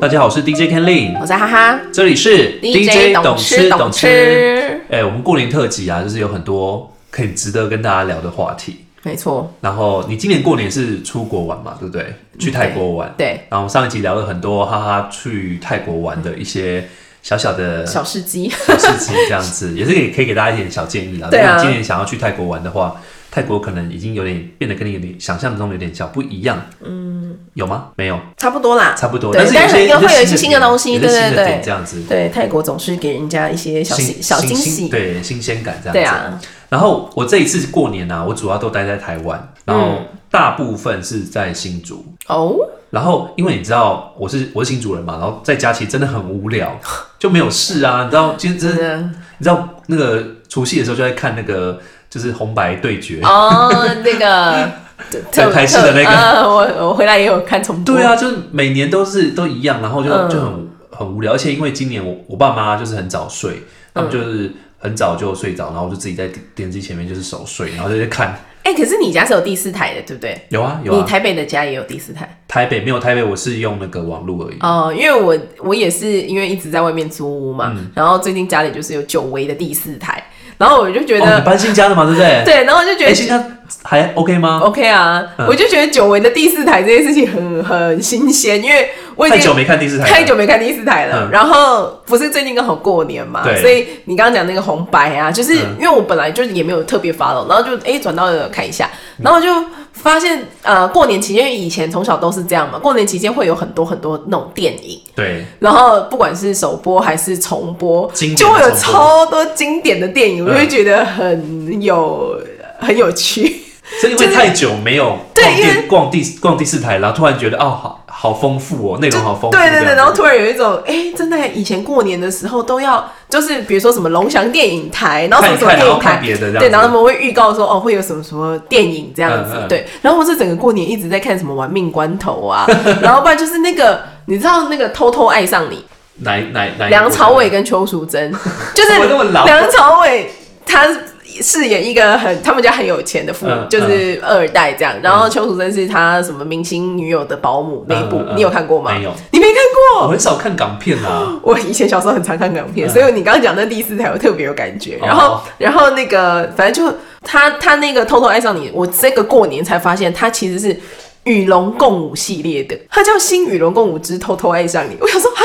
大家好，我是 DJ Ken Lin，我在哈哈这里是懂吃懂。吃，哎、我们过年特辑啊，就是有很多可以值得跟大家聊的话题。没错，然后你今年过年是出国玩嘛，对不对？去泰国玩。对，然后我们上一集聊了很多哈哈去泰国玩的一些小小的小事鸡，小事情，这样 子也是给可以给大家一点小建议啦。对啊如果你今年想要去泰国玩的话，泰国可能已经有点变得跟你有点想象中有点小不一样。嗯，有吗？没有， 差不多啦。差不多。对是有些但是会有一些新新的东西有些新的对对对点这样子。对，泰国总是给人家一些小新喜小惊新新喜。对新鲜感这样子。对啊，然后我这一次过年啊，我主要都待在台湾，然后大部分是在新竹。哦，然后因为你知道我是我是新竹人嘛，然后在家其实真的很无 聊，就没有事啊。你知道今天真真的的你知道那个除夕的时候就在看那个就是红白对决。哦，那 个在拍摄的那个呃我我回来也有看重播。对，啊，就是每年都是都一样，然后就、嗯就很很无聊。而且因为今年我我爸妈就是很早睡，嗯他们就是很早就睡着，然后我就自己在电视机前面就是熟睡，然后就在看。哎，可是你家是有第四台的，对不对？有啊有你啊，台北的家也有第四台台北没有台北，我是用那个网络而已。哦，因为我我也是因为一直在外面租屋嘛，嗯然后最近家里就是有久违的第四台，然后我就觉哦，得你搬新家了嘛，对不对？对，然后我就觉哎、得新家还 OK 吗？ OK 啊，嗯我就觉得久违的第四台这件事情很很新鲜，因为我已太经久没看第四台了，太久没看第四台了。嗯然后不是最近刚好过年嘛对，所以你刚刚讲那个红白啊，就是嗯因为我本来就是也没有特别 follow，然后就哎转到了看一下，嗯然后就发现呃过年期间，因为以前从小都是这样嘛，过年期间会有很多很多那种电影。对，然后不管是首播还是重播，经典的就会有重播超多经典的电影，我嗯就会觉得很有很有趣。是因为太久没有逛对因为电逛第逛第四台，然后突然觉得哦，好好丰富哦，内容好丰富这对样子，对对，然后突然有一种，哎、真的，以前过年的时候都要，就是比如说什么龙翔电影台，然后什看么一看，然什么电后影看台，别的这样子，对，然后他们会预告说，哦，会有什么什么电影这样子，嗯嗯对。然后我是整个过年一直在看什么《玩命关头》啊， 然后不然就是那个，你知道那个《偷偷爱上你哪哪哪》，一梁部朝伟跟邱淑 贞，就是怎么那么老梁朝伟他。饰演一个很他们家很有钱的父母，嗯就是二代这样。然后邱淑贞是他什么明星女友的保姆那一部，嗯嗯嗯你有看过吗？没有，哦你没看过？我很少看港片啊，我以前小时候很常看港嗯片，所以你刚刚讲那第四台我特别有感觉。哦然后，然后那个反正就他他那个偷偷爱上你，我这个过年才发现他其实是与龙共舞系列的，它叫《新与龙共舞之偷偷爱上你》。我想说啊，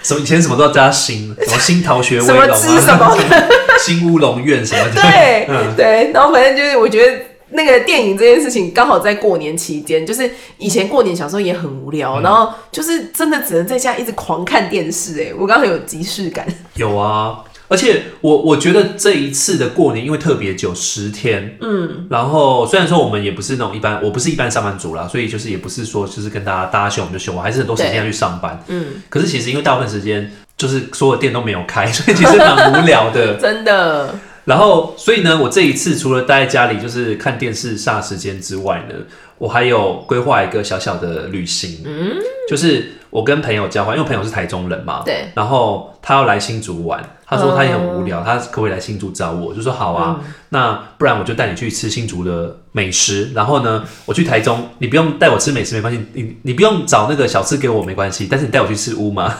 什么以前什么都要加 新，什么新逃学威什么龙之啊，什么的， 新乌龙院什么的， 对、嗯对，然后反正就是我觉得。那个电影这件事情刚好在过年期间，就是以前过年小时候也很无嗯聊，然后就是真的只能在家一直狂看电视、哎，我刚刚很有即视感。有啊。而且我我觉得这一次的过年，因为特别久，十天，嗯，然后虽然说我们也不是那种一般，我不是一般上班族啦，所以就是也不是说就是跟大家大家休我们就休，我还是很多时间要去上班，嗯，可是其实因为大部分时间就是所有店都没有开，所以其实蛮无聊的。真的，然后，所以呢，我这一次除了待在家里就是看电视煞时间之外呢，我还有规划一个小小的旅行。嗯，就是我跟朋友交换，因为我朋友是台中人嘛，对。然后他要来新竹玩，他说他也很无聊，他可不可以来新竹找我？我就说好啊，那不然我就带你去吃新竹的美食。然后呢，我去台中，你不用带我吃美食没关系，你你不用找那个小吃给我没关系，但是你带我去吃乌马。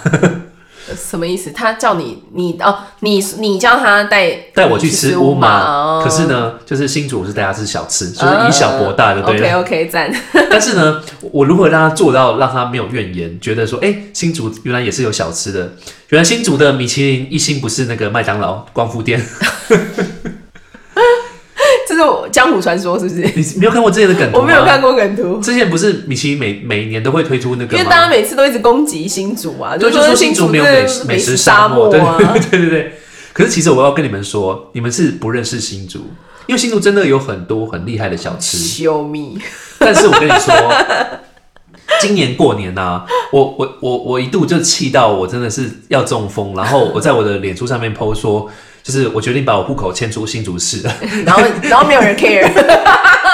什么意思？他叫你你哦，你你叫他带带我去吃乌马，哦可是呢，就是新主是带他吃小吃，就是以小博大，对不对 OK 了？ OK，赞。 但是呢，我如何让他做到让他没有怨言，觉得说，哎、新竹原来也是有小吃的，原来新竹的米其林一星不是那个麦当劳光复店， 这是我江湖传说，是不是？你没有看过之前的梗图我吗？没有看过梗图，之前不是米其林每每年都会推出那个吗？因为大家每次都一直攻击新竹啊，对，就就说新新竹没有是美美食美食食沙漠，漠对啊。 对 对对对。可是其实我要跟你们说，你们是不认识新竹，因为新竹真的有很多很厉害的小吃。秀蜜， 但是我跟你说，今年过年呐、我我我我一度就气到我真的是要中风，然后我在我的脸书上面 PO 说，就是我决定把我户口迁出新竹市，然后然后没有人 care，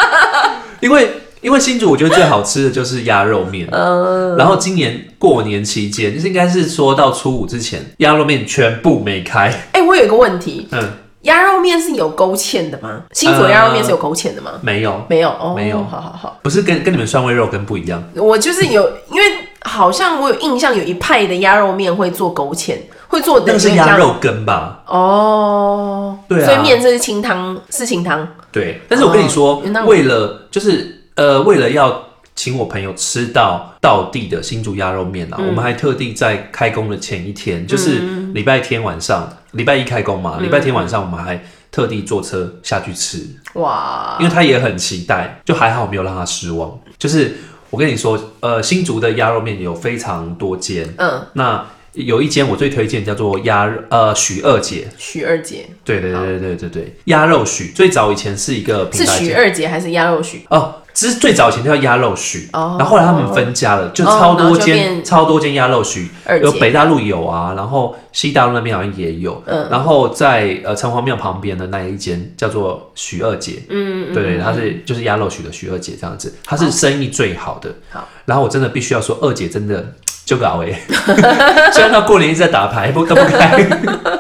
因为因为新竹我觉得最好吃的就是鸭肉面，嗯，然后今年过年期间，就是应该是说到初五之前，鸭肉面全部没开，哎，我有一个问题，嗯，鸭肉面是有勾芡的吗？新竹的鸭肉面是有勾芡的吗？呃没有，没有，哦，没有好好好。不是跟跟你们蒜味肉羹不一样，我就是有，因为好像我有印象，有一派的鸭肉面会做勾芡，会做那的个是鸭肉羹吧？哦，对啊所以面这是清汤，是清汤，对，但是我跟你说，哦那我为了就是呃，为了要请我朋友吃到道地的新竹鸭肉面嗯啊，我们还特地在开工的前一天，就是礼拜天晚上，礼拜一开工嘛，嗯礼拜天晚上我们还特地坐车下去吃，哇，因为他也很期待，就还好没有让他失望。就是我跟你说，呃，新竹的鸭肉面有非常多间，嗯，那有一间我最推荐叫做鸭肉呃许二姐，许二姐对对对对对对对，鸭肉许最早以前是一个是品牌许店。二姐还是鸭肉许？哦，之最早以前叫鸭肉许，哦然后后来他们分家了，就超然后多就间、变超多间鸭肉许，二有姐北大陆有啊，然后西大陆那边好像也有，嗯然后在呃城隍庙旁边的那一间叫做许二姐，嗯，嗯对，她是就是鸭肉许的许二姐这样子，她是生意最好的。好，然后我真的必须要说，二姐真的就搞哎， 虽然她过年一直在打牌，不都不开，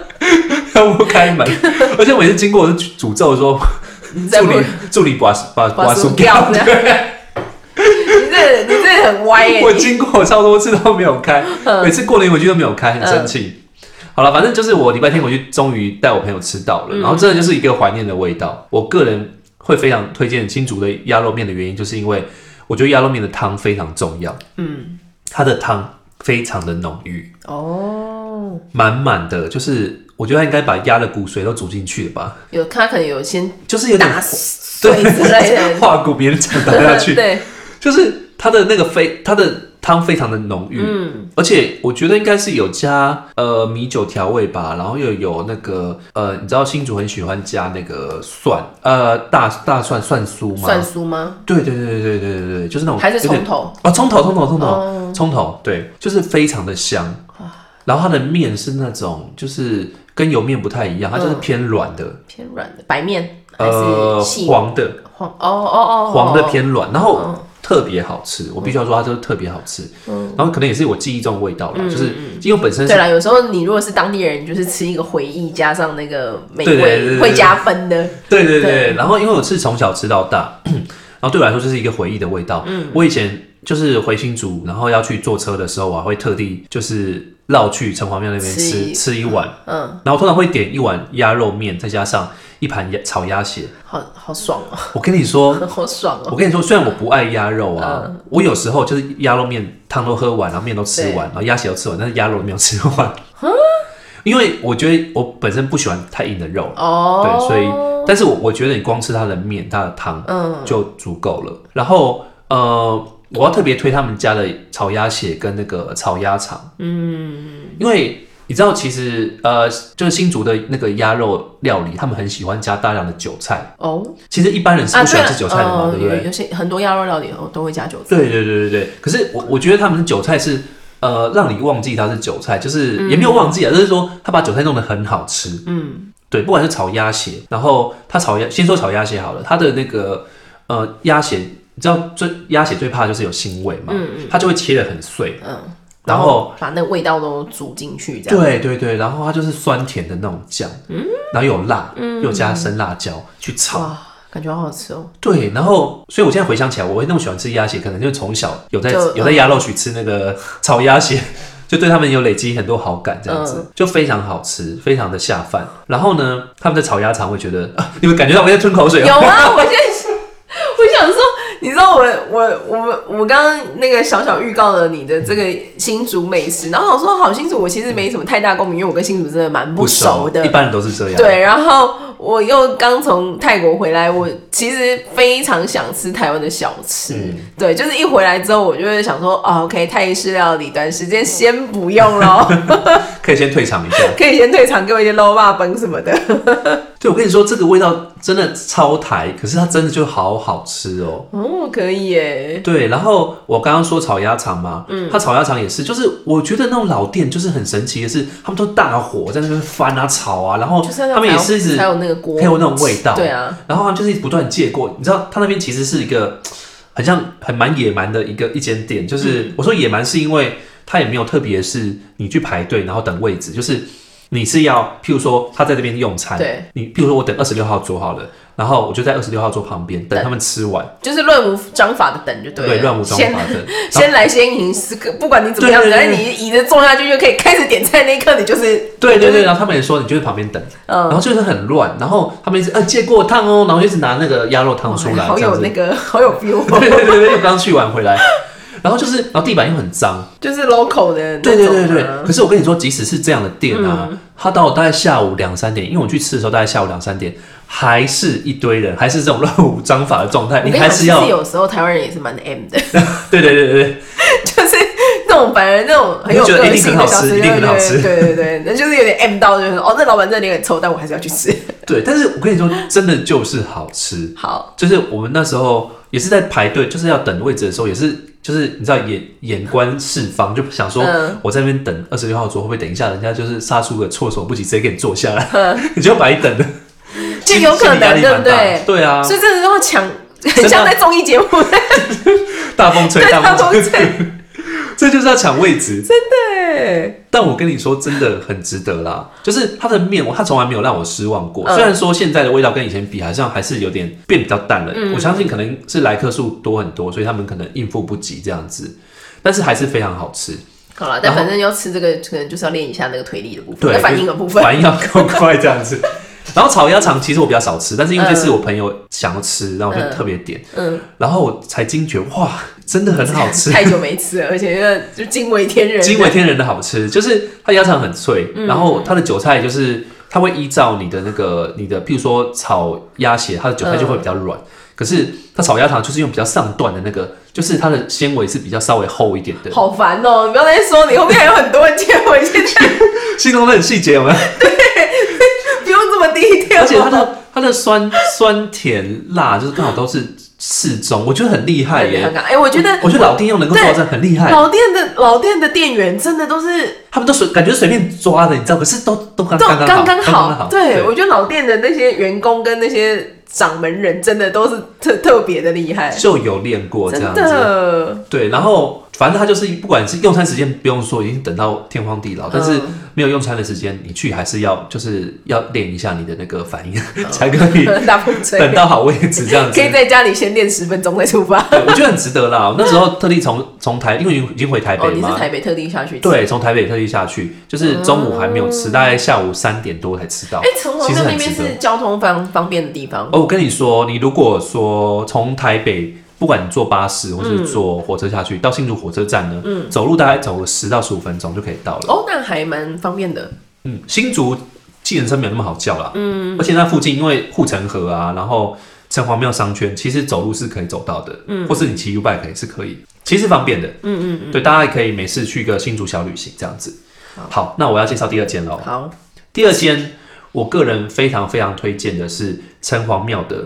都不开门，而且我每次经过我都诅咒说，你在助不理助理把把把把输书掉掉。这样对你这你这很歪耶、 我你嗯经过超多次都没有 开，每次过年回去都没有开，很生气。好了，反正就是我礼拜天回去，终于带我朋友吃到嗯了，然后真的就是一个怀念的味道。我个人会非常推荐新竹的鸭肉面的原因，就是因为我觉得鸭肉面的汤非常重要，嗯，它的汤非常的浓郁，哦，满满的，就是我觉得它应该把鸭的骨髓都煮进去了吧，有他可能有先就是有点打 碎之类 的，化骨别人讲打下去，对，就是它的那个非它的汤非常的浓郁，嗯，而且我觉得应该是有加呃米酒调味吧，然后又有那个呃，你知道新竹很喜欢加那个蒜，呃大大蒜蒜酥吗？蒜酥吗？对对对对对对对，就是那种还是哦有点葱头？啊，葱头葱头葱哦头葱头，对，就是非常的香。然后它的面是那种就是跟油面不太一样，它就是嗯偏软的，偏软的白面还呃是细面黄的黄？哦哦哦，黄的哦偏软，然后特别好吃，我必须要说它就是特别好吃。然后可能也是我记忆中的味道啦，就是因为我本身是嗯对啦，有时候你如果是当地人，你就是吃一个回忆，加上那个美对对对味，对会加分的。对对对，对然后因为我是从小吃到大， 然后对我来说这是一个回忆的味道。嗯，我以前就是回新竹，然后要去坐车的时候，我还啊会特地就是绕去城隍庙那边吃吃一吃一碗，嗯，然后通常会点一碗鸭肉面，再加上一盘鸭炒鸭 血。好好爽哦、我跟你说， 好爽哦、我跟你说，虽然我不爱鸭肉啊，嗯我有时候就是鸭肉面汤都喝完，然后面都吃完，然后鸭血都吃完，但是鸭肉没有吃完。因为我觉得我本身不喜欢太硬的肉，对，哦，所以，但是我我觉得你光吃它的面、它的汤嗯，就足够了。然后，呃，我要特别推他们家的炒鸭血跟那个炒鸭肠，嗯，因为你知道，其实呃，就是新竹的那个鸭肉料理，他们很喜欢加大量的韭菜。哦，其实一般人是不喜欢吃韭菜的嘛，哦对不对有？有些很多鸭肉料理哦都都会加韭菜。对对对对对。可是我我觉得他们的韭菜是。呃，让你忘记它是韭菜，就是也没有忘记啊，就是说他把韭菜弄得很好吃，嗯，对，不管是炒鸭血，然后它炒鸭，先说炒鸭血好了，它的那个呃鸭血，你知道最鸭血最怕就是有腥味嘛，它就会切得很碎，嗯，然后把那个味道都煮进去，这样。嗯对对对，然后它就是酸甜的那种酱，然后有辣，又加生辣椒去炒，哇，感觉好好吃哦、对，然后所以我现在回想起来，我会那么喜欢吃鸭血，可能就从小有在就嗯有在鸭肉许吃那个 炒鸭血。就对他们有累积很多好感，这样子、嗯就非常好吃，非常的下饭。然后呢，他们在炒鸭肠，会觉得、 啊、你们感觉到我在吞口水吗哦有啊，我现在我想说，你知道我我我们我刚刚那个小小预告了你的这个新竹美食，然后我说好新竹，我其实没什么太大共鸣，因为我跟新竹真的蛮不熟的一。般人都是这样。，对，然后我又刚从泰国回来，我其实非常想吃台湾的小吃。嗯对，就是一回来之后，我就会想说，啊，OK，泰式料理短时间先不 用咯，可以先退场一下。可以先退场，给我一些 low 霸崩什么的。对，我跟你说，这个味道真的超台，可是它真的就好好吃哦。哦，可以耶。对，然后我刚刚说炒鸭肠嘛，嗯，它炒鸭肠也是，就是我觉得那种老店就是很神奇的是，他们都大火在那边翻啊炒啊，然后就是要他们也是一直才有那个锅，配有那种味道，对啊，然后他们就是一直不断借过，你知道他那边其实是一个很像很蛮野蛮的一个一间店，嗯就是、我说野蛮是因为他也没有特别是你去排队然后等位置，就是你是要，譬如说他在这边用餐，对，你譬如说我等二十六号桌好了，然后我就在二十六号桌旁边等等他们吃完，就是乱无章法的等就对了，对，乱无章先法的。先 来先赢，是个不管你怎么样，对对反对正你椅子坐下去就可以开始点菜那一刻，你就是对对对，然后他们也说你就在旁边等，然嗯，后就是很乱，然后他们一直呃借过烫哦，然后一直拿那个鸭肉汤出来，好这样有子那个好有 feel，哦 对对对对，又刚去完回来，然后就是，然后地板又很脏，就是 local 的那种啊，对对对对。可是我跟你说，即使是这样的店啊，嗯它到大概下午两三点，因为我去吃的时候大概下午两三点，还是一堆人，还是这种乱无章法的状态，我跟还讲是其要实，有时候台湾人也是蛮 M 的， 对对对对对，就是那种反而那种很有你就觉得个一定性很的好小吃吃，一定很好吃对对对对对，那就是有点 M 到，就是哦，那老板这脸很臭，但我还是要去吃。对。但是我跟你说，真的就是 好吃，好，就是我们那时候也是在排队，就是要等位置的时候，也是就是你知道眼眼观四方，就想说嗯我在那边等二十六号桌，会不会等一下人家就是杀出个措手不及，直接给你坐下来， 你就白等了，嗯 就心有可心理压能，力对不蛮大的对？对啊，所以真的都要抢，很的像在综艺节目 在大风吹，大风风吹， 这就是要抢位置。对，但我跟你说，真的很值得啦。就是它的面，我它从来没有让我失望过。嗯虽然说现在的味道跟以前比，好像还是有点变比较淡了。嗯我相信可能是来客数多很多，所以他们可能应付不及这样子，但是还是非常好吃。好了，然但后反正要吃这个，可能就是要练一下那个腿力的部分，对那，反应的部分。反应要够快这样 子。然后炒鸭肠其实我比较少吃，但是因为这次我朋友想要吃，然后我就嗯特别点，嗯，然后我才惊觉哇，真的很好吃。太久没吃了，而且那就惊为天人。嗯惊为天人的好吃， 就是它鸭肠很脆，然后它的韭菜就是它会依照你的那个你的，譬如说炒鸭血，它的韭菜就会比较软。嗯可是它炒鸭肠就是用比较上段的那个，就是它的纤维是比较稍微厚一点的。好烦哦、你不要再说，你后面还有很多人接我，现在形容的很细节，有没 有？不用这么低调。而且它的它的酸酸甜辣就是刚好都是适中，我觉得很厉害很耶。尴尬。哎、我觉得我觉得老弟又能够做到这样很厉害，老店的老店的店员真的都是他们都随感觉随便抓的，你知道？可是都都刚都啊刚刚刚刚好，对，我觉得老店的那些员工跟那些掌门人真的都是特特别的厉害，就有练过这真样子。的。对，然后反正他就是不管是用餐时间不用说，已经等到天荒嗯地老，但是没有用餐的时间，你去还是要就是要练一下你的那个反应，嗯 才可 以大风吹，等到好位置这样子 可。以在家里先练十分钟再出发。对我觉得很值得啦。我那时候特地从从台，因为已经回台哦，北你是嘛，台北特地下去？。对，从台北特地下去，就是中午还没有吃，大概下午三点多才吃到哎、。城隍其实庙很那边值得是交通非常方便的地方。哦，我跟你说，你如果说从台北，不管你坐巴士或嗯是坐火车下去，到新竹火车站呢，走路大概走个十到十五分钟就可以到了。哦，那还蛮方便的。嗯，新竹计程车没有那么好叫啦。嗯，而且那附近因为护城河啊，然后城隍庙商圈，其实走路是可以走到的。嗯，或是你骑 U bike 也是可以，其实方便的。嗯嗯嗯，对，大家也可以没事去一个新竹小旅行这样子。好，那我要介绍第二间喽。好，第二间，我个人非常非常推荐的是城隍庙的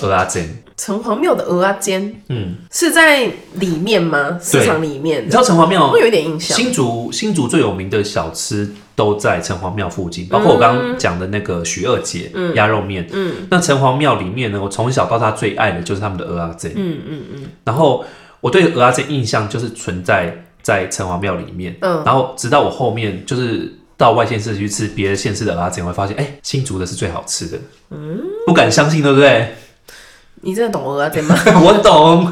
鹅阿珍。城隍庙的鹅啊煎嗯，是在里面吗？市场里面你知，道城隍庙会有一点印哦象。新竹新竹最有名的小吃都在城隍庙附近，嗯包括我刚刚讲的那个许二姐鸭、肉面。嗯，那城隍庙里面呢，我从小到大最爱的就是他们的鹅阿珍。嗯嗯嗯。然后我对鹅阿珍印象就是存在在城隍庙里面。嗯，然后直到我后面就是到外县市去吃别的县市的鹅阿珍，我会发现，哎、新竹的是最好吃的。嗯，不敢相信，对不对？ 你真的懂鹅啊煎吗？ 我懂。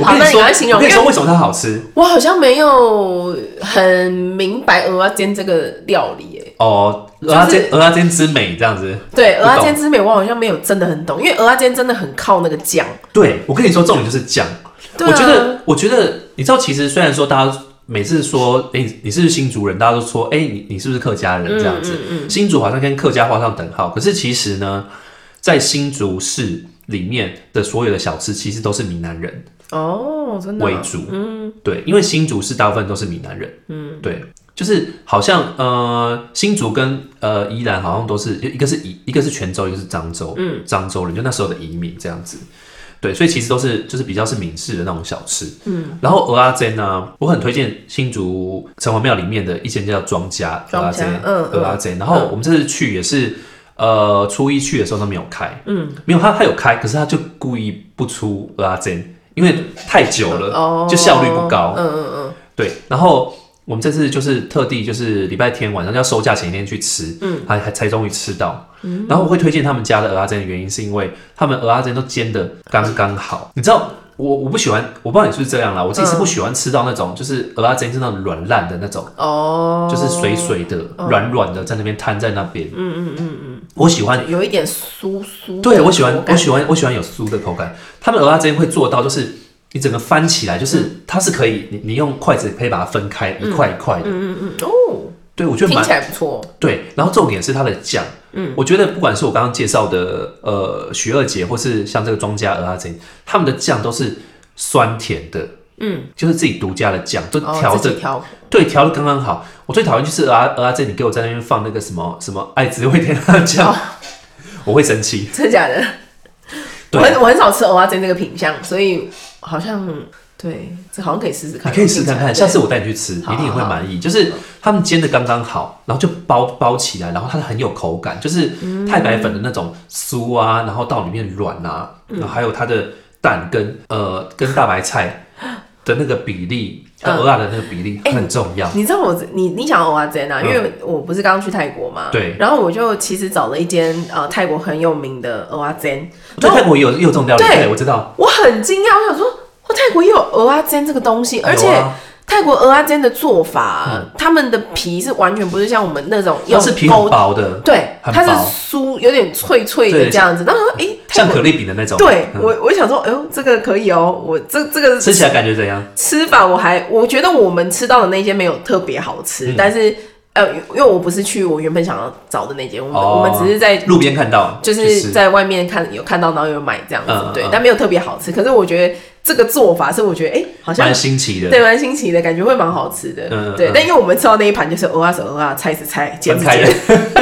我好跟那你说，赶快形容我跟你说为什么它好吃我好像没有很明白鹅啊煎这个料理耶。哦，鹅阿珍鹅阿珍之美这样子。对，不鹅懂啊煎之美，我好像没有真的很懂，因为鹅啊煎真的很靠那个酱。对，我跟你说，重点就是酱。对啊我觉得，我觉得，你知道，其实虽然说大家每次说，哎、你你是不是新竹人，大家都说，哎、你你是不是客家嗯人这样子，新竹好像跟客家画上等号。可是其实呢，在新竹市里面的所有的小吃，其实都是闽南人哦，真的啊、为主。嗯，对，因为新竹市大部分都是闽南人。嗯，对。就是好像呃，新竹跟呃宜兰好像都是一个是宜，一个是泉州，一个是漳州，嗯，漳州人就那时候的移民这样子。对，所以其实都是就是比较是闽式的那种小吃。嗯，然后鹅阿珍呢，啊我很推荐新竹城隍庙里面的一间叫庄家鹅阿珍庄家，嗯鹅阿珍。然后我们这次去也是。呃，初一去的时候都没有开，嗯，没有他他有开，可是他就故意不出鹅阿珍，因为太久了，哦就效率不高，嗯嗯嗯，对，然后我们这次就是特地就是礼拜天晚上要收假前一天去吃，嗯，还还才终于吃到。然后我会推荐他们家的鹅阿珍的原因，是因为他们鹅阿珍都煎的刚刚好。你知道我我不喜欢，我不知道你是不是这样啦，我自己是不喜欢吃到那种就是鹅阿珍是那种软烂的那种，哦，就是水水的、软软的在那边摊在那边。哦嗯嗯嗯嗯，我喜欢有一点酥酥的口感，对我喜欢，我喜欢，我喜欢有酥的口感。他们鹅鸭之间会做到，就是你整个翻起来，就是、它是可以，你你用筷子可以把它分开一块一块的。嗯嗯哦，对，我觉得听蛮起来不错，对。然后重点是它的酱，嗯，我觉得不管是我刚刚介绍的呃徐二姐，或是像这个庄家鹅鸭之间，他们的酱都是酸甜的，嗯，就是自己独家的酱，就哦调自着己调，对，调的刚刚好。我最讨厌就是鹅鸭鹅鸭啊这，你给我在那边放那个什么什么爱滋味甜辣酱，哦我会生气。真的假的？我对。很我很少吃蚵仔煎这个品相，所以好像对，这好像可以试试看。你可以试看看，对下次我带你去吃，好一定会满意。就是他们煎的刚刚好，然后就包包起来，然后它很有口感，就是嗯太白粉的那种酥啊，然后到里面软啊，嗯然后还有它的蛋跟呃跟大白菜的那个比例，嗯跟鹅啊的那个比例哎很重要。你知道我你你想蚵仔煎啊？因为我不是刚刚去泰国嘛，嗯对然后我就其实找了一间呃泰国很有名的蚵仔煎，在然后泰国也有也有这种料理，对对，我知道。我很惊讶，我想说，哇，泰国也有蚵仔煎这个东西，而且有啊嗯泰国蚵仔煎的做法，他们的皮是完全不是像我们那种它用是皮勾很薄的，对，很它是薄酥，有点脆脆的对这样子。然后我说，诶，泰像国可丽饼的那种。对嗯我，我想说，哎呦，这个可以哦，我这这个吃起来感觉怎样？吃法我还我觉得我们吃到的那些没有特别好吃，嗯但是呃，因为我不是去我原本想要找的那间，我们、哦我们只是在路边看到，就去是吃在外面看有看到，然后有买这样子，嗯嗯对嗯，但没有特别好吃。可是我觉得这个做法是我觉得哎、好像蛮新奇的。对蛮新奇的感觉，会蛮好吃的，嗯嗯对嗯。但因为我们吃到那一盘就是鹅啊手鹅啊，菜是菜，煎分是开的 煎。，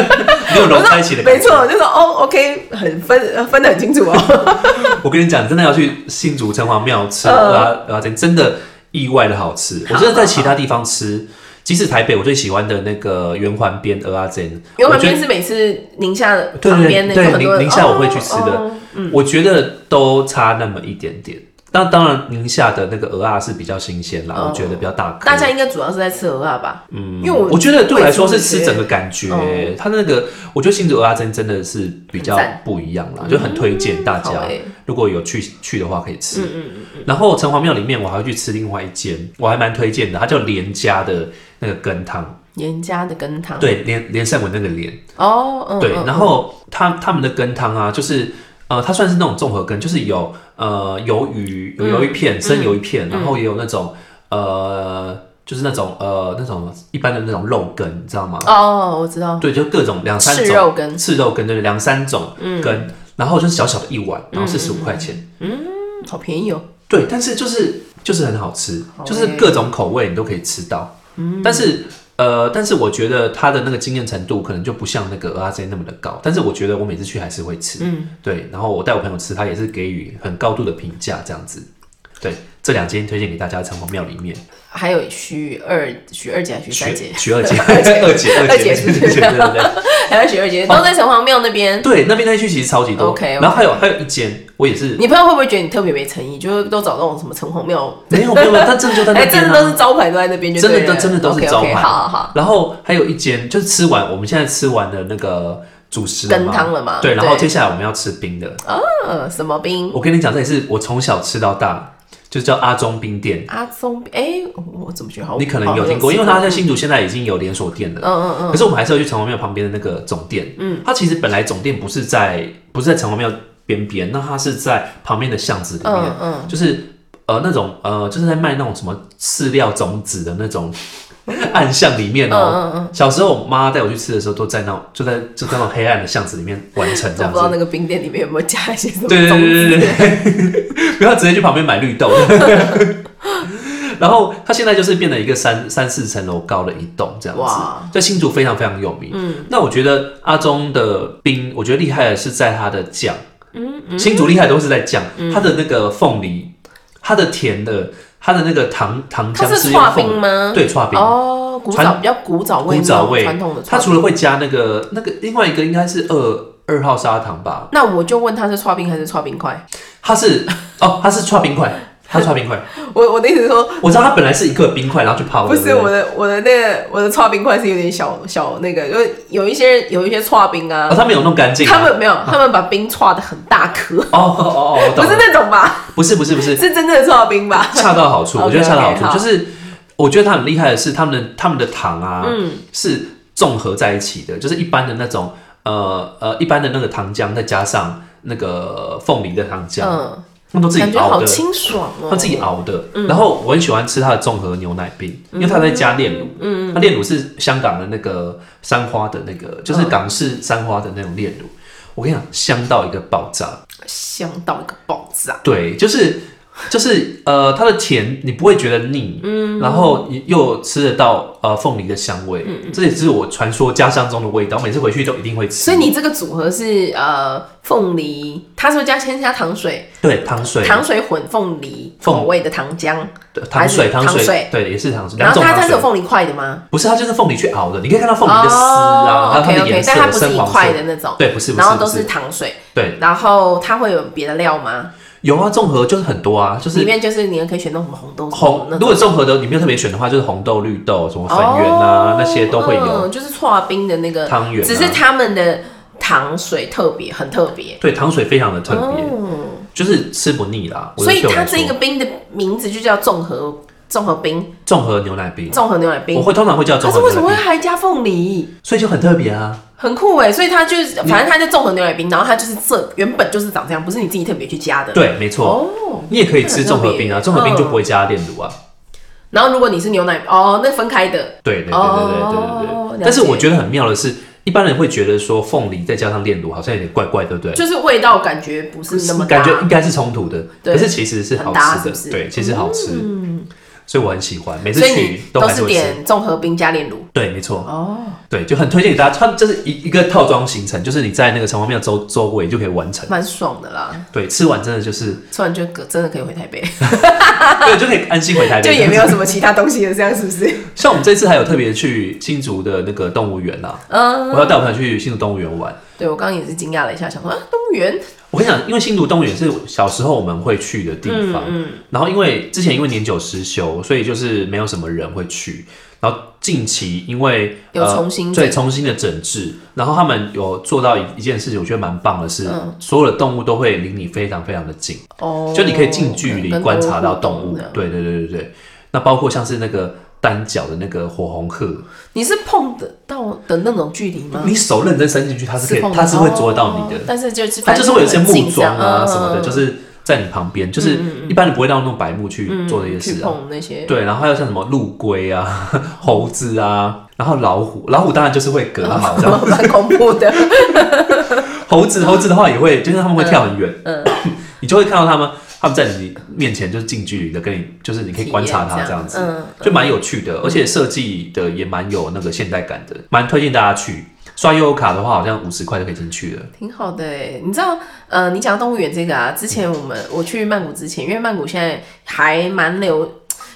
没有融在一起的感觉。没错，就是哦，OK，很分分得很清楚 哦。我跟你讲，真的要去新竹城隍庙吃嗯拉拉煎，真的意外的好吃。好我真的在其他地方吃，即使台北，我最喜欢的那个圆环边蚵仔煎，因为我旁觉边得是每次宁夏的对旁对边那对个很宁多人宁夏我会哦去吃的哦我觉得都差那么一点点。那当然，宁夏的那个鹅啊是比较新鲜啦，嗯我觉得比较大颗。大家应该主要是在吃鹅啊吧？嗯，因为我我觉得对我来说我也是是吃整个感觉嗯，它那个我觉得新竹鹅啊煎真的是比较很赞不一样啦，就很推荐大家好欸，如果有去去的话可以嗯吃。然后城隍庙里面我还会去吃另外一间，我还蛮推荐的，它叫连家的那个羹汤，严家的羹汤对，连连胜文那个连，哦，嗯对嗯，然后他他们的羹汤啊，就是呃，它算是那种综合羹，就是有呃鱿鱼，有鱿鱼片，生鱿鱼嗯片，然后也有那种呃，就是那种呃那种一般的那种肉羹，你知道吗？哦，我知道对，就各种两三赤种肉羹，赤肉羹，对，两三种羹，然后就是小小的一碗，然后四十五块钱，嗯好便宜哦，对，但是就是就是很好吃，好欸就是各种口味你都可以吃到，嗯但是。呃，但是我觉得它的那个经验程度可能就不像那个蚵仔煎那么的高，但是我觉得我每次去还是会吃，嗯，对，然后我带我朋友吃，他也是给予很高度的评价，这样子，对，这两间推荐给大家，城隍庙里面，还有徐二、徐二姐、还是徐三姐，徐二 姐，二姐，二姐，二姐对对对对对对， 还有徐二哦姐，都在城隍庙那边。对，那边那一区其实超级多。 OK，OK 然后还有还有一间，我也是你朋友会不会觉得你特别没诚意？就是都找那种什么城隍庙，没有没有，没有但真的就在哎，那真边的都啊。是招牌都在那边就对了，真的真的都是招牌 OK，OK，好好好，然后还有一间，就是吃完我们现在吃完的那个主食了羹嘛汤了嘛？对，然后接下来我们要吃冰的。嗯，什么冰？我跟你讲，这也是我从小吃到大，就叫阿中冰店。阿宗冰？哎，我我怎么觉得好？你可能好有像听过，吃因为它在新竹现在已经有连锁店了。嗯嗯嗯，可是我们还是要去城隍庙旁边的那个总店。嗯，它其实本来总店不是在不是在城隍庙边边，那它是在旁边的巷子里面。嗯嗯。就是呃那种呃就是在卖那种什么饲料种子的那种 暗巷里面哦。嗯嗯嗯，小时候我妈带我去吃的时候，都在那种就在就在那种黑暗的巷子里面完成这我样子不知。道那个冰店里面有没有加一些什么对对种对对子。对对， 不要直接去旁边买绿豆。 然后它现在就是变成一个三三四层楼高的一栋这样子哇，在新竹非常非常有名。嗯，那我觉得阿中的冰，我觉得厉害的是在它的酱。嗯，新竹厉害都是在酱，嗯它的那个凤梨，它的甜的，它的那个糖糖它浆是用刨凤梨冰吗？对，刨冰。哦，古早传比较古早味古那种早味传统的它刨冰。除了会加那个那个另外一个应该是二二号砂糖吧，那我就问他是刨冰还是刨冰块？ 它是哦，它是刨冰块，他刷冰块，我我的意思是说，我知道他本来是一个冰块，然后去泡不的。对是对我的我的那个我的搓冰块是有点小小那个，因为有一些人有一些搓冰啊哦，，他们有弄干净吗。他们没有，他们把冰搓的很大颗，哦哦哦，我不懂是了。那种吧？不是不是不是， 是真正的搓冰吧？恰到好处，我觉得 OK，OK，恰到好处好就是，我觉得他很厉害的是他们的他们的糖啊，嗯是综合在一起的，就是一般的那种呃呃一般的那个糖浆，再加上那个凤梨的糖浆，嗯，他们都自感己觉熬好的。清爽哦。他自己熬的，然后我很喜欢吃他的综合牛奶冰，嗯因为他在加炼乳，嗯，他炼乳是香港的那个三花的那个，就是港式三花的那种炼乳，我跟你讲，香到一个爆炸，香到一个爆炸，对，就是就是呃，它的甜你不会觉得腻，嗯，然后你又吃得到呃凤梨的香味，嗯这也是我传说家乡中的味道，每次回去都一定会吃。所以你这个组合是呃凤梨，它是不是加先加糖水，对糖水、糖水混凤梨凤口味的糖浆，对糖水、还是糖水水，对，也是糖水，然两后种它糖它是有水。凤梨块的吗？不是，它就是凤梨去熬的，你可以看到凤梨的丝啊，还有它 OK 的 OK，颜色哦但它不是深一黄块色。的那种，对，不是，不然后是，都不是是，糖水，对，然后它会有别的料吗？有啊，综合就是很多啊，就里是面就是你们可以选那种什么红豆什么红。那如种。果综合的你没有特别选的话，就是红豆、绿豆、什么粉圆啊，那些都会有嗯，就是搓冰的那个汤圆啊只是他们的糖水特别，很特别，对，糖水非常的特别，哦就是吃不腻啦。我所以觉得对我它来说这个冰的名字就叫综合综合冰、综合牛奶冰，综合牛奶我冰。会通常会叫可综是合为什么牛会奶冰，还加凤梨？所以就很特别啊。很酷哎，所以它就是，反正它就综合牛奶冰，然后它就是这原本就是长这样，不是你自己特别去加的。对，没错，哦，你也可以吃综合冰啊，这综很特别合冰就不会加炼乳啊。然后如果你是牛奶哦，那分开的，对对对对对对对对哦了解但是我觉得很妙的是，一般人会觉得说凤梨再加上炼乳好像有点怪怪，对不对？就是味道感觉不是那么大感觉应该是冲突的，对可是其实是好很搭吃是的，不是嗯对，其实好吃，所以我很喜欢，每次所以去你都都还是是会吃。点综合冰加炼乳对，没错，哦，对，就很推荐给大家。它这是一一个套装行程，就是你在那个城隍庙周周围就可以完成。蛮爽的啦。对，吃完真的 就是，吃完就可真的可以回台北，对，就可以安心回台北。就也没有什么其他东西了，这样是不是？ 像我们这次还有特别去新竹的那个动物园啊，嗯， 我要带我朋友去新竹动物园玩。对我刚刚也是惊讶了一下，想说啊，动物园我跟你讲，因为新竹动物园是小时候我们会去的地嗯方，然后因为之前因为年久失修，所以就是没有什么人会去。然后近期因为有重新对整重新的整治，然后他们有做到一一件事情，我觉得蛮棒的是，嗯所有的动物都会离你非常非常的近。哦，就你可以近距离跟观察到动互物动这。样对对对对对，那包括像是那个单脚的那个火红鹤，你是碰得到的那种距离吗？你手认真伸进去，嗯它是可以嗯碰，得它是会捉到你哦的，但是就是它啊就是会有一些反正很木近这样桩啊嗯什么的，嗯就是在你旁边，就是一般你不会到那种白木去做这些嗯去事啊。碰那些。对，然后还有像什么陆龟啊、 猴子啊，然后老虎，老虎当然就是会隔得好，这样。 蛮恐怖的，猴子，猴子的话也会，就是他嗯们会跳很远， 你就会看到他们，他们在你面前就是近距离的跟你，就是你可以观察它这样子。嗯，就蛮有趣的，而且设计的也蛮有那个现代感的，蛮推荐大家去。刷悠游卡的话，好像五十块就可以进去了。挺好的哎。你知道，呃，你讲到动物园这个啊，之前我们我去曼谷之前，因为曼谷现在还蛮流，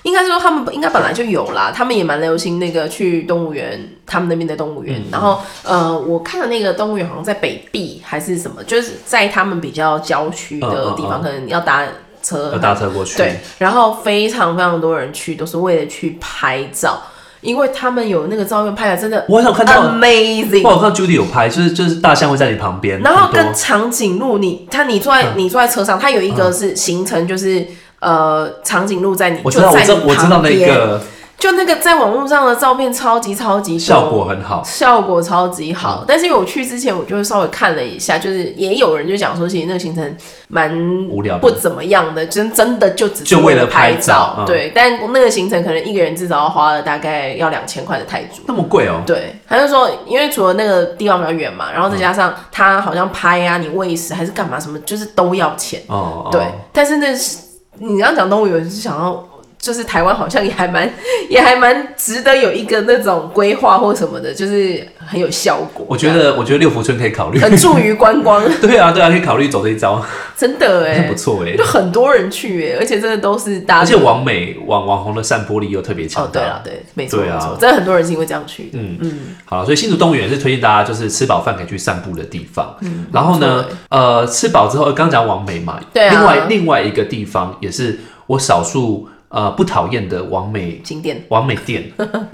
应该说他们应该本来就有啦，他们也蛮流行那个去动物园，他们那边的动物嗯园。然后呃，我看的那个动物园好像在北壁还是什么，就是在他们比较郊区的地嗯嗯方，嗯可能要搭车要搭车过去，嗯对，然后非常非常多人去，都是为了去拍照，因为他们有那个照片拍的真的我好像看啊到，我 amazing。好像 Judy 有拍，就是就是大象会在你旁边，然后很跟多嗯长颈鹿，你它你坐在你坐在车上，它有一个是行程，就是呃长颈鹿在你我就知道，我在知道你我知道旁那边，个就那个在网络上的照片超级超级多效果嗯很好，效果超级好，但是因为我去之前，我就稍微看了一下，就是也有人就讲说，其实那个行程蛮无聊的不怎么样的，真真的就只是就为了拍拍照嗯对，但那个行程可能一个人至少要花了大概要两千块的泰铢。那么贵哦、对，他就说，因为除了那个地方比较远嘛，然后再加上他好像拍啊，你喂食还是干嘛什么，就是都要钱。哦、哦对，但是那是你刚讲动物园是想要，就是台湾好像也还蛮也还蛮值得有一个那种规划或什么的，就是很有效果。我觉得我觉得六福村可以考虑 这，样很助于观光，对啊对啊，可以考虑走这一招，真的还哎不，错哎、就很多人去哎，而且真的都是大而且家网美网网红的散播力又特别强哦大，对了对，没错对没啊错，真的很多人是因为这样去嗯的。好，所以新竹动物园是推荐大家就是吃饱饭可以去散步的地方。嗯然后呢不错，呃呃，吃饱之后，刚刚讲完美嘛，对啊另外另外一个地方也是我少数呃不讨厌的完美景点，完美店，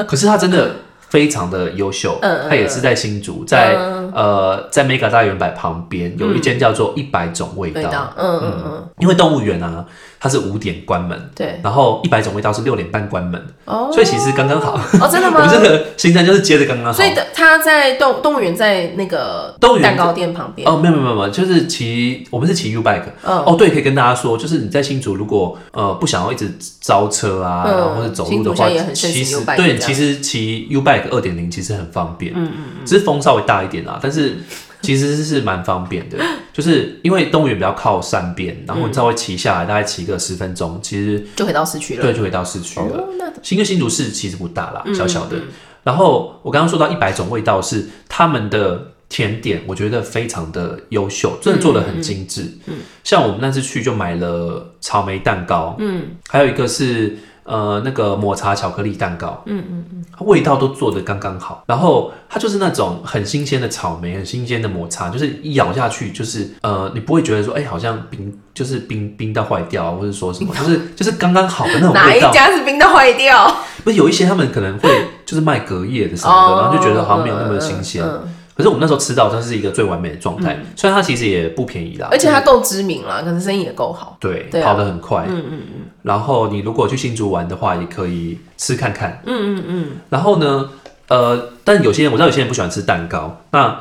可是他真的非常的优秀嗯嗯，他也是在新竹，在呃在 Mega 大圆柏旁边有一间叫做一百种味味道，道，嗯嗯嗯，因为动物园啊它是五点关门，对，然后一百种味道是六点半关门，哦，所以其实刚刚好，哦，真的我 吗们？这个行程就是接着刚刚啊好所。以的他在动动物园在那个动物园蛋糕店旁边，哦，没有没有没有，就是骑我们是骑 U bike，嗯，哦，对，可以跟大家说，就是你在新竹如果呃不想要一直招车啊，嗯或者走路的新竹话现在也，很盛其行实 U-bike 这对，样其实骑 U bike 二点零其实很方便，嗯嗯只是风稍微大一点啊，但是其实是蛮方便的，就是因为动物园比较靠山边，然嗯后你稍微骑下来，大概骑个十分钟，其实就回到市区了。对就可以到市区了。哦，那新跟新竹市其实不大啦，嗯小小的。然后我刚刚说到一百种味道是他们的甜点，我觉得非常的优秀，真的做的很精致。嗯，像我们那次去就买了草莓蛋糕，嗯，还有一个是呃那个抹茶巧克力蛋糕，嗯嗯嗯，味道都做的刚刚好。然后它就是那种很新鲜的草莓，很新鲜的抹茶，就是一咬下去就是呃你不会觉得说哎、好像冰就是冰冰到坏掉啊，或者说什么，就是就是刚刚好的那种哪味一道。家是冰到坏掉？不是有一些他们可能会就是卖隔夜的什么的，然后就觉得好像没有那么新鲜。哦嗯嗯嗯可是我们那时候吃到它是一个最完美的状态，虽然它其实也不便宜啦，而且它够知名了，可能生意也够好。对对啊跑得很快。嗯嗯嗯。然后你如果去新竹玩的话，也可以吃看看。嗯嗯嗯。然后呢，呃，但有些人我知道有些人不喜欢吃蛋糕，那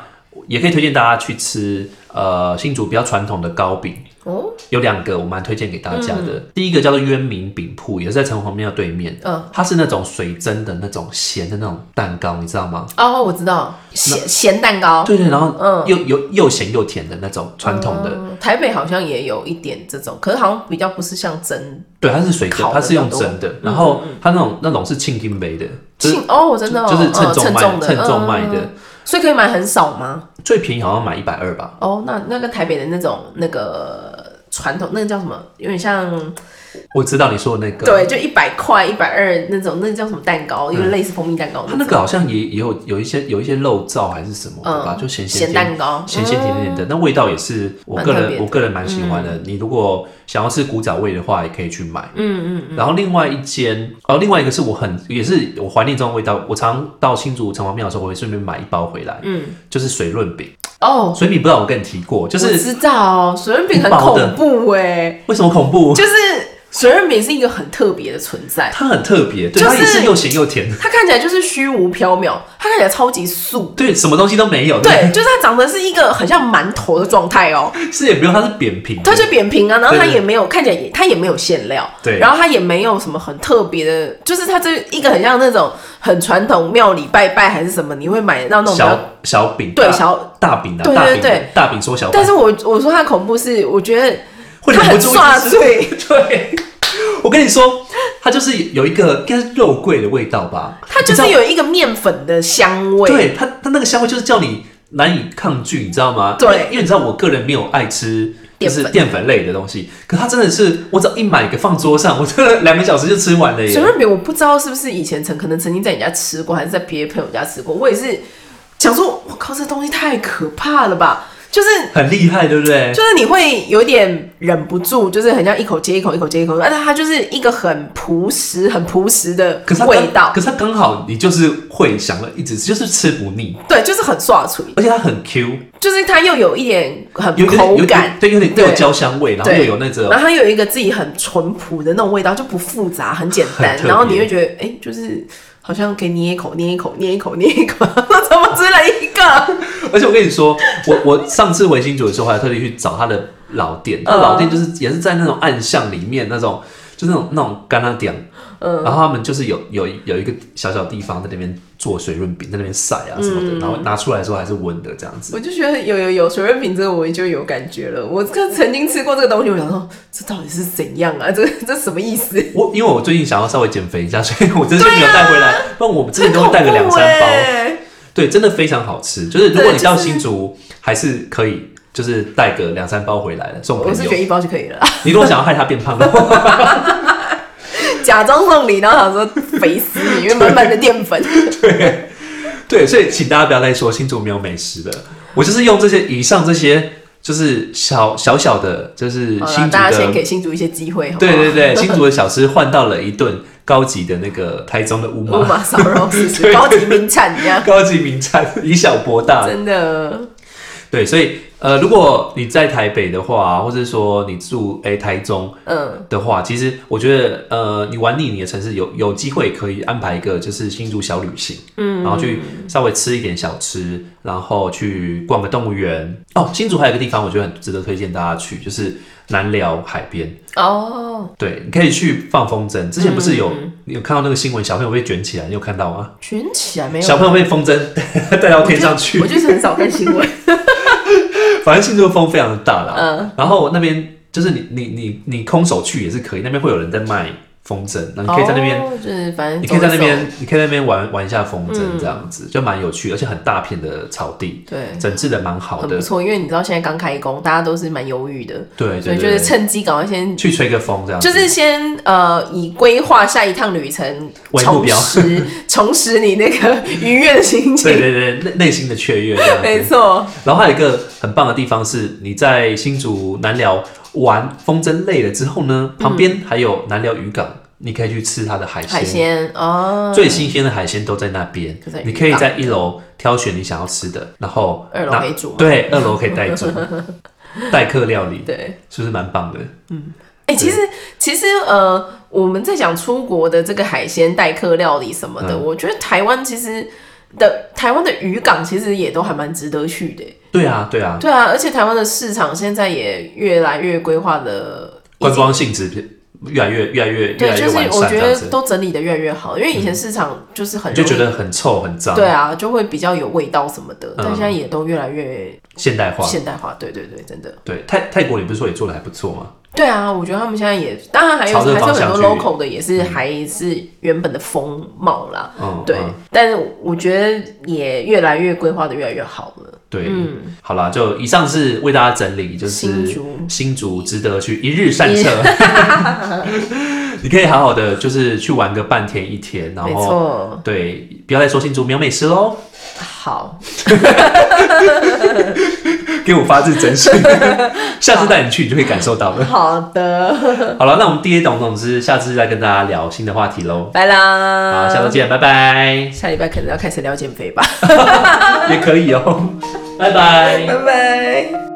也可以推荐大家去吃呃新竹比较传统的糕饼。哦，有两个我蛮推荐给大家的，第一个叫做渊明饼铺，也是在城隍庙对面。嗯，它是那种水蒸的那种咸的那种蛋糕，你知道吗？哦，我知道，咸咸蛋糕，对对，然后嗯又又又咸又甜的那种传统的，嗯台北好像也有一点这种，可是好像比较不是像蒸对，它是水蒸烤，的它是用比较多嗯蒸的，然后它那种那种是庆金杯的，就是庆哦，真的哦就是称嗯重卖的，称重卖嗯，嗯的嗯，所以可以买很少吗？最便宜好像买一百二吧，哦，那那跟台北的那种那个传统那个叫什么，有点像我知道你说的那个，嗯对，就一百块、一百二那种，那个叫什么蛋糕，有点类似蜂蜜蛋糕它那那种个好像也也有有一些有一些肉燥还是什么的吧，嗯就咸咸咸甜蛋糕，嗯咸咸甜甜的，那味道也是我哦蛮个特别人的嗯我个人蛮喜欢的。你如果想要吃古早味的话，也可以去买。嗯嗯然后另外一间，哦，另外一个是我很也是我怀念这种味道。我常到新竹城隍庙的时候，我会顺便买一包回来。嗯，就是水润饼。哦。水饼不知道我跟你提过，就我是知道水润饼一很包的恐怖哎，为什么恐怖？就是水润饼是一个很特别的存在，它很特别，对，就它是也是又咸又甜，它看起来就是虚无缥缈，它看起来超级素。对，什么东西都没有。对，就是它长得是一个很像馒头的状态哦，嗯对，是也不用，它是扁平的它。就扁平啊，然后它对对也没有看起来也它也没有馅料，对然后它也没有什么很特别的，就是它这一个很像那种很传统庙里拜拜还是什么，你会买得到那种比较小小饼，对大小，大饼啊，对大对饼对大饼缩小版但是我我说它恐怖是，我觉得会它忍不很住刷一 直吃嘴，对，我跟你说，它就是有一个应该是肉桂的味道吧，它就你是知道有一个面粉的香味，对它它那个香味就是叫你难以抗拒，你知道吗？对因为因为你知道我个人没有爱吃。就是淀粉淀粉类的东西，可它真的是，我只要一买个放桌上，我真的两个小时就吃完了耶水。润饼我不知道是不是以前曾可能曾经在你家吃过，还是在别的朋友家吃过。我也是想说，我靠，这东西太可怕了吧！就是很厉害，对不对？就是你会有点忍不住，就是很像一口接一口，一口接一口，但它就是一个很朴实、很朴实的可是它刚味道，可是它刚好你就是会想要一直吃，就是吃不腻，对，就是很刷嘴，而且它很 Q，就是它又有一点很有点口有感点。对，有点对又有焦香味，然后对又有那种然后它又有一个自己很淳朴的那种味道，就不复杂，很简单很。特别然后你会觉得，哎、就是好像可以捏一口，捏一口，捏一口，捏一口， 怎么只了一个？ 而且我跟你说，我我上次回新竹的时候，还特地去找他的老店，嗯他老店就是也是在那种暗巷里面那种，就那种那种干拉店，嗯，然后他们就是有有有一个小小地方在那边做水润饼，在那边晒啊什么嗯的，然后拿出来的时候还是温的这样子。我就觉得有有有水润饼这个我就有感觉了。我这曾经吃过这个东西，我想说这到底是怎样啊？ 这这什么意思？我因为我最近想要稍微减肥一下，所以我真是没有带回 来，不然我们之前很都恐会带个两怖三包。欸对，真的非常好吃，就是如果对你到就是新竹，还是可以就是带个两三包回来的送朋我是友觉得。一包就可以了，你如果想要害他变胖的话。假装送礼，然后想说肥死你，因为满满的 淀粉。对，所以请大家不要再说新竹没有美食了。我就是用这些以上这些就是小小小的，就是好新了，竹大家先的，给新竹一些机会，好不好对对对，新竹的小吃换到了一顿高级的那个台中的乌 乌马，马烧肉是不是对高级名产一样，高级名菜，以小博大，真的。对，所以呃，如果你在台北的话，或者说你住诶、台中嗯，的话，其实我觉得呃，你玩腻你的城市，有有机会可以安排一个就是新竹小旅行，嗯，然后去稍微吃一点小吃，然后去逛个动物园。哦，新竹还有一个地方我觉得很值得推荐大家去，就是南寮海边。哦，对，你可以去放风筝。之前不是有、嗯你有看到那个新闻，小朋友被卷起来，你有看到吗？卷起来没有？小朋友被风筝 带到天上去我，就是很少看新 闻。反正新竹的风非常的大啦。嗯，然后那边就是你你你你空手去也是可以，那边会有人在卖风筝，那你可以在那边，哦就是反正你可以在那走一边，你可以在那边玩玩一下风筝，这样子、就蛮有趣，而且很大片的草地，走对。整治的蛮好很不的，错，因为你知道现在刚开工，大家都是蛮犹豫的，对所对以就对是趁机赶快先，去吹个风这样子，就是先呃，以规划下一趟旅程为目重标拾重拾你那个愉悦的心对情。对对，内内心的雀跃这样子。 没错，然后还有一个很棒的地方是，你在新竹南寮玩风筝累了之后呢，嗯旁边还有南寮渔港，你可以去吃它的海海鲜。鲜哦，最新鲜的海鲜都在那边就在，你可以渔港在一楼挑选你想要吃的，然后二楼拿可以煮吗对，二楼可以带煮，代客料理对。是不是蛮棒的？哎、其实其实呃，我们在讲出国的这个海鲜待客料理什么的，嗯我觉得台湾其实的台湾的渔港其实也都还蛮值得去的。对啊，对啊，对啊，而且台湾的市场现在也越来越规划的。已观经光性质越来越越来越越对，来就越是完我善觉这样得子，都整理的越来越好，因为以前市场就是很你就容易觉得嗯很臭很脏，对啊，就会比较有味道什么的，但现在也都越来越现代化。现代化。对对对，真的。对泰泰国，你不是说也做的还不错吗？对啊，我觉得他们现在也，当然还有朝这个还是有方向很多去 local 的，也是还是原本的风貌啦。嗯，对，嗯但是我觉得也越来越规划的越来越好了。对，好啦，就以上是为大家整理，就是嗯新竹新竹值得去一日散策， 你可以好好的就是去玩个半天一天，然没后错，对，不要再说新竹没有美食喽， 好，给我发自真 心，下次带你去，你就会感受到了。好的，好了，那我们第一懂总之，下次再跟大家聊新的话题喽。拜啦。好，下周见，拜拜， 下礼拜可能要开始聊减肥吧，也可以哦，拜拜。拜拜。